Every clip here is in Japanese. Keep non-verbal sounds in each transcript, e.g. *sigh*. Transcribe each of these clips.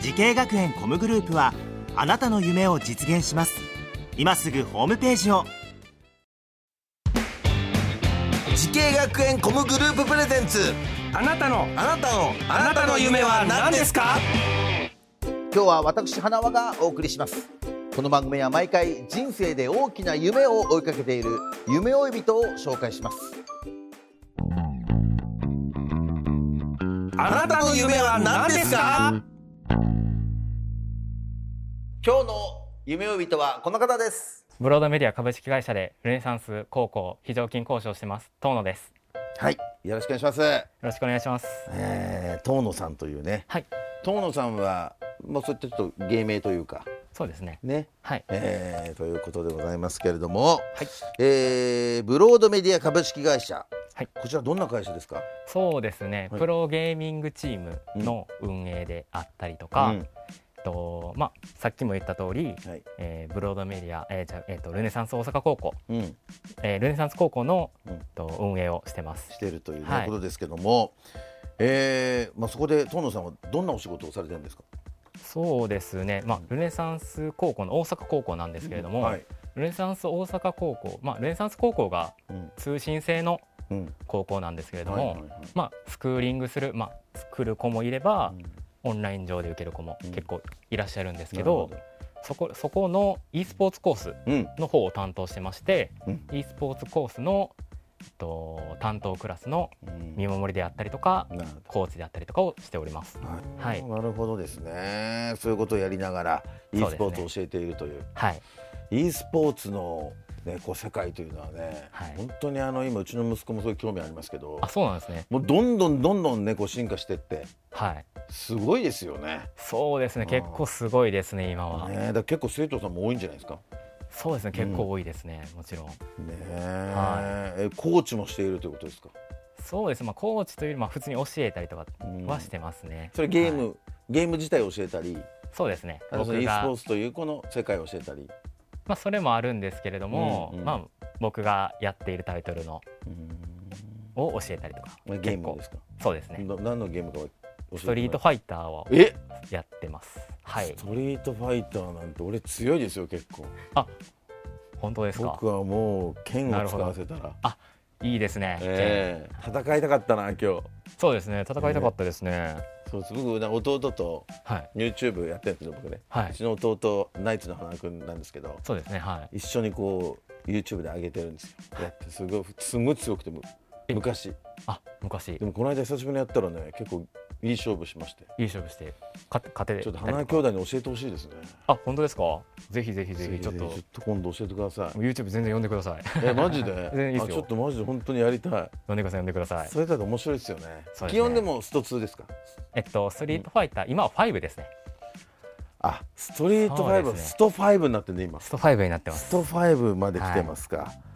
時系学園コムグループはあなたの夢を実現します今すぐホームページを時系学園コムグループプレゼンツあなたのあなたのあなたの夢は何ですか今日は私花輪がお送りしますこの番組は毎回人生で大きな夢を追いかけている夢追い人を紹介しますあなたの夢は何ですか今日の夢追い人はこの方ですブロードメディア株式会社でルネサンス高校非常勤講師をしてます遠野ですよはいよろしくお願いしますろしくお願いしますえー、遠野さんというねはい遠野さんはもうそういったちょっと芸名というかそうですねねはいえーということでございますけれども、はいえーブロードメディア株式会社、はいこちらどんな会社ですかそうですね、はいプロゲーミングチームの運営であったりとか、うんとまあさっきも言った通り、はいえーブロードメディア、えーじゃあえーとルネサンス大阪高校、うん、えールネサンス高校の、うんと運営をしてますしているというね、はいことですけども、えーまあ、そこで遠野さんはどんなお仕事をされてるんですか、そうですねまあルネサンス高校の大阪高校なんですけれども、はいルネサンス大阪高校まあルネサンス高校がうん通信制のうん高校なんですけれども、はいはいはいまあ、スクーリングする、まあ、来る子もいれば、うんオンライン上で受ける子もうん結構いらっしゃるんですけなるほど,、そこそこの e スポーツコースうんの方を担当してまして、う e スポーツコースの、えっと、担当クラスのうん見守りであったりとか、なるほコーチであったりとかをしております。どはいなるほどですねそういうことをやりながら e そうですねスポーツを教えているというはい、 e スポーツの、ね、こう世界というのはね、はい本当にあの今うちの息子もそういう興味ありますけどあそうなんですね、もうどんどんどんどんねこう進化してってはい、すごいですよね。そうですねあー結構すごいですね今は、ねえだから結構生徒さんも多いんじゃないですか。そうですね結構多いですね、もちろんねえ、はえコーチもしているということですか。そうです、まあ、コーチというよりまあ普通に教えたりとかはしてますね、それゲーム、はいゲーム自体を教えたり、そうですねあのその僕 e スポがーツというこの世界を教えたり。まあ、それもあるんですけれども、うんうんまあ、僕がやっているタイトルのうんを教えたりとかゲームですか。そうですねな何のゲームかは教えてもらえストリートファイターをえ、やってますはいストリートファイターなんて俺強いですよ結構。本当ですか僕はもう剣を使わせたら。いいですね、ええ戦いたかったな今日。そうですね戦いたかったですね、そうです僕な弟とはい YouTube やってるんですよ僕ね。はういちの弟ナイツの花くんなんですけどそうですねはい一緒にこう YouTube で上げてるんですよやってすごいすごい強くてむえ昔あ昔いでもこの間久しぶりにやったらね結構いい勝負しましてい勝負して勝て勝てちょっとたり花か兄弟に教えてほしいですねあ本当ですかぜひぜひぜひちょっぜとひぜひ今度教えてくだ *laughs* さい YouTube 全然読んでください *laughs* えマジで全然いいですよあちょっとマジで本当にやりたい、読んでください読んでくださいそれだと面白いですよねそうですね基本でもスト2ですかえっとストリートファイター、今は5ですねあストリート5、そうですねスト5になってね今スト5になってますスト5まで来てますか、えー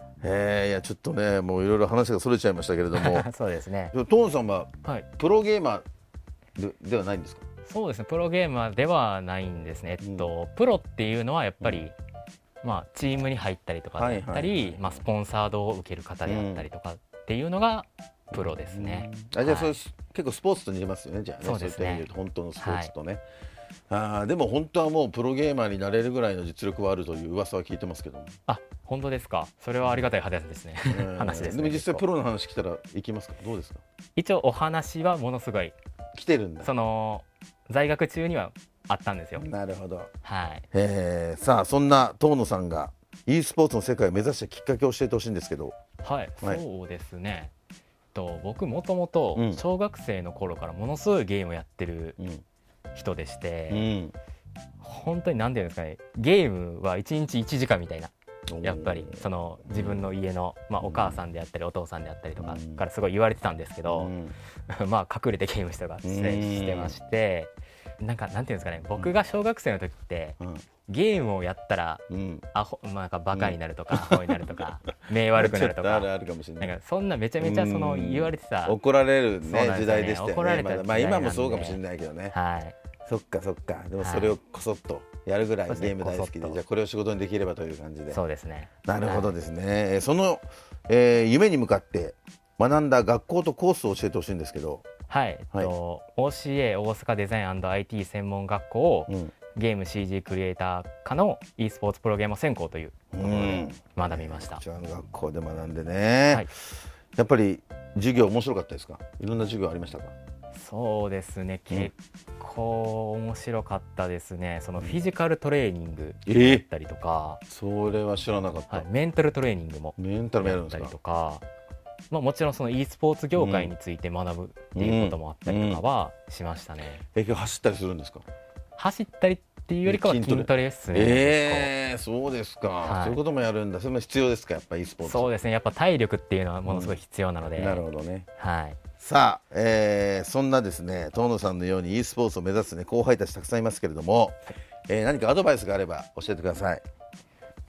いやちょっとねもういろいろ話がそれちゃいましたけれど *laughs* も *laughs* そうですねトーンさんははいプロゲーマーでではないんですかそうですねプロゲーマーではないんですね、えっと、プロっていうのはやっぱり、まあ、チームに入ったりとかだったり、はいはいはいまあ、スポンサードを受ける方であったりとかっていうのがプロですね、あじゃあそれ、はい結構スポーツと似てますよねじゃあねそうですねいった意味で言うと本当のスポーツとね、あーでも本当はもうプロゲーマーになれるぐらいの実力はあるという噂は聞いてますけども、あ本当ですかそれはありがたい話ですね *laughs* 話ですねでも実際結構プロの話来たら行きますかどうですか一応お話はものすごい来てるんだその在学中にはあったんですよ、なるほど、はいえーさあそんな遠野さんが e スポーツの世界を目指したきっかけを教えてほしいんですけどはい、はいそうですねえっと僕もともとうん小学生の頃からものすごいゲームをやってるうん、人でして、うん本当に何ていうんですかねゲームは1日1時間みたいなやっぱりその自分の家の、まあ、お母さんであったりお父さんであったりとかうんからすごい言われてたんですけう *laughs* ど、んまあ隠れてゲームしたりとかしてしてまして、なんかなんていうんですかね僕が小学生の時ってうんゲームをやったらうんアホ、まあ、なんかバカになるとか、アホになると *laughs* か目悪くなるとちょっあるかあるかもしれなないんかそんなめちゃめちゃそのうん言われてた怒られるそうなんですねよね時代でしたよね怒られたまだまあ時代今なんでもそうかもしれないけどねはいそっかそっかでもはいそれをこそっとやるぐらいそうですねゲーム大好きこそっでとじゃあこれを仕事にできればという感じでそうですねなるほどはいですねえーそのえー夢に向かって学んだ学校とコースを教えてほしいんですけどはい、えっと OCA 大阪デザイン &IT 専門学校をうんゲーム CG クリエイター科の e スポーツプロゲーマー専攻というところで学びました、こちらの学校で学んでね、はいやっぱり授業面白かったですかいろんな授業ありましたかそうですねうん結構面白かったですねそのフィジカルトレーニングえーだったりとか、それは知らなかった、はい、メンタルトレーニングもメンタルもややるんっですたりとかか、まあ、もちろんその e スポーツ業界について学ぶっていうこともあったりとかはしましたね、え今日走ったりするんですか走ったりっていうよりかは筋筋トレトレですね、ええそうですか、はいそういうこともやるんだそれも必要ですかやっぱり e スポ結ー構ツそうですねやっぱ体力っていうのはものすごい必要なので、なるほどねはいさあ、えーそんなですね遠野さんのように e スポーツを目指す、ね、後輩たちたくさんいますけれども、えー何かアドバイスがあれば教えてください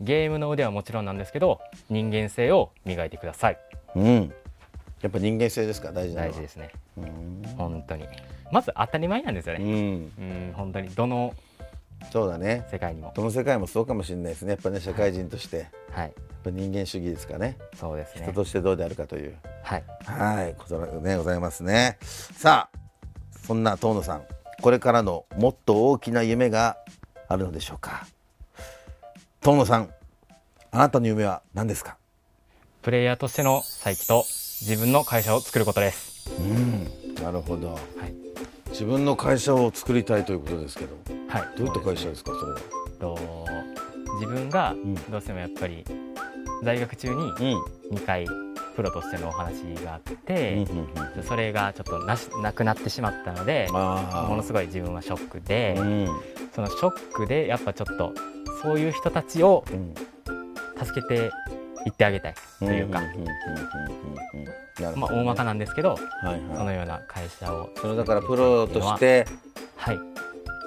ゲームの腕はもちろんなんですけど人間性を磨いてくださいうんやっぱ人間性ですか大事なのは大事ですねうん本当にまず当たり前なんですようねんうん本当にどのそうだね世界にもどの世界もそうかもしれないですねやっぱね社会人として、やっはいぱ人間主義ですかねそうですね人としてどうであるかというはいはいことがねございますねさあそんな遠野さんこれからのもっと大きな夢があるのでしょうか遠野さんあなたの夢は何ですかプレイヤーとしての再起と自分の会社を作ることですうんなるほどはい自分の会社を作りたいということですけどどはい、ういった会社ですかそれはと自分がんどうしてもやっぱり大学中にうん2回プロとしてのお話があって、うんうんそれがちょっとなしなくなってしまったのであーものすごい自分はショックで、うんそのショックでやっぱちょっとそういう人たちをうん助けていってあげたいというか、んんうんうんうんなるほまあ、どね大まかなんですけど、はいはいそのような会社をそのだからプロとし作るってていうのは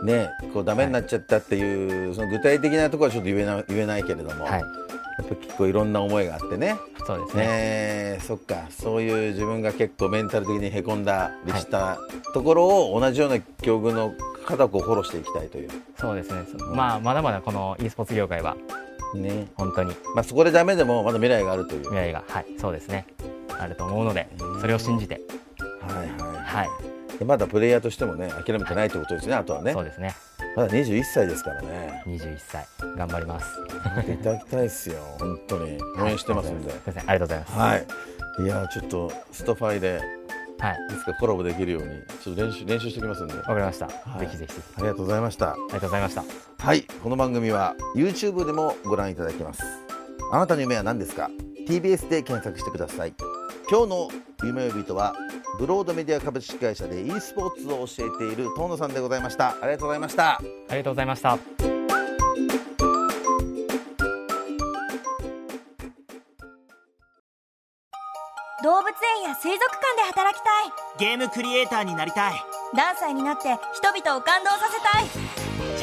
ねこうダメになっちゃったっていう、その具体的なところはちょっと言えな言えないけれども、はい、はいや、っぱ結構いろんな思いがあってね、そうですねえーそっかそういう自分が結構メンタル的にへこんだりしたところを同じような境遇の方をこうフォローしていきたいという。そうですね、そまあまだまだこの e スポーツ業界はね本当にまあ、そこでダメでもまだ未来があるという、未来がはいそうですねあると思うのでそれを信じてはいははいい、でまだプレイヤーとしてもね諦めてないということですね、あとはねそうですねまだ21歳ですからね21歳頑張ります頑張っていただきたいですよ本当に応援してますんでいませんありがとうございますはい。いやーちょっとストファイではいいつかコラボできるようにちょっと練習練習してきますんで。わかりました、はいぜひぜひあありがとうございました。りがとうございましたはい、この番組は YouTube でもご覧いただけます。あなたの夢は何ですか ?TBS で検索してください。今日の夢呼びとはブロードメディア株式会社で e スポーツを教えている遠野さんでございました。ありがとうございました。ありがとうございました動物園や水族館で働きたいゲームクリエイターになりたい何歳になって人々を感動させたい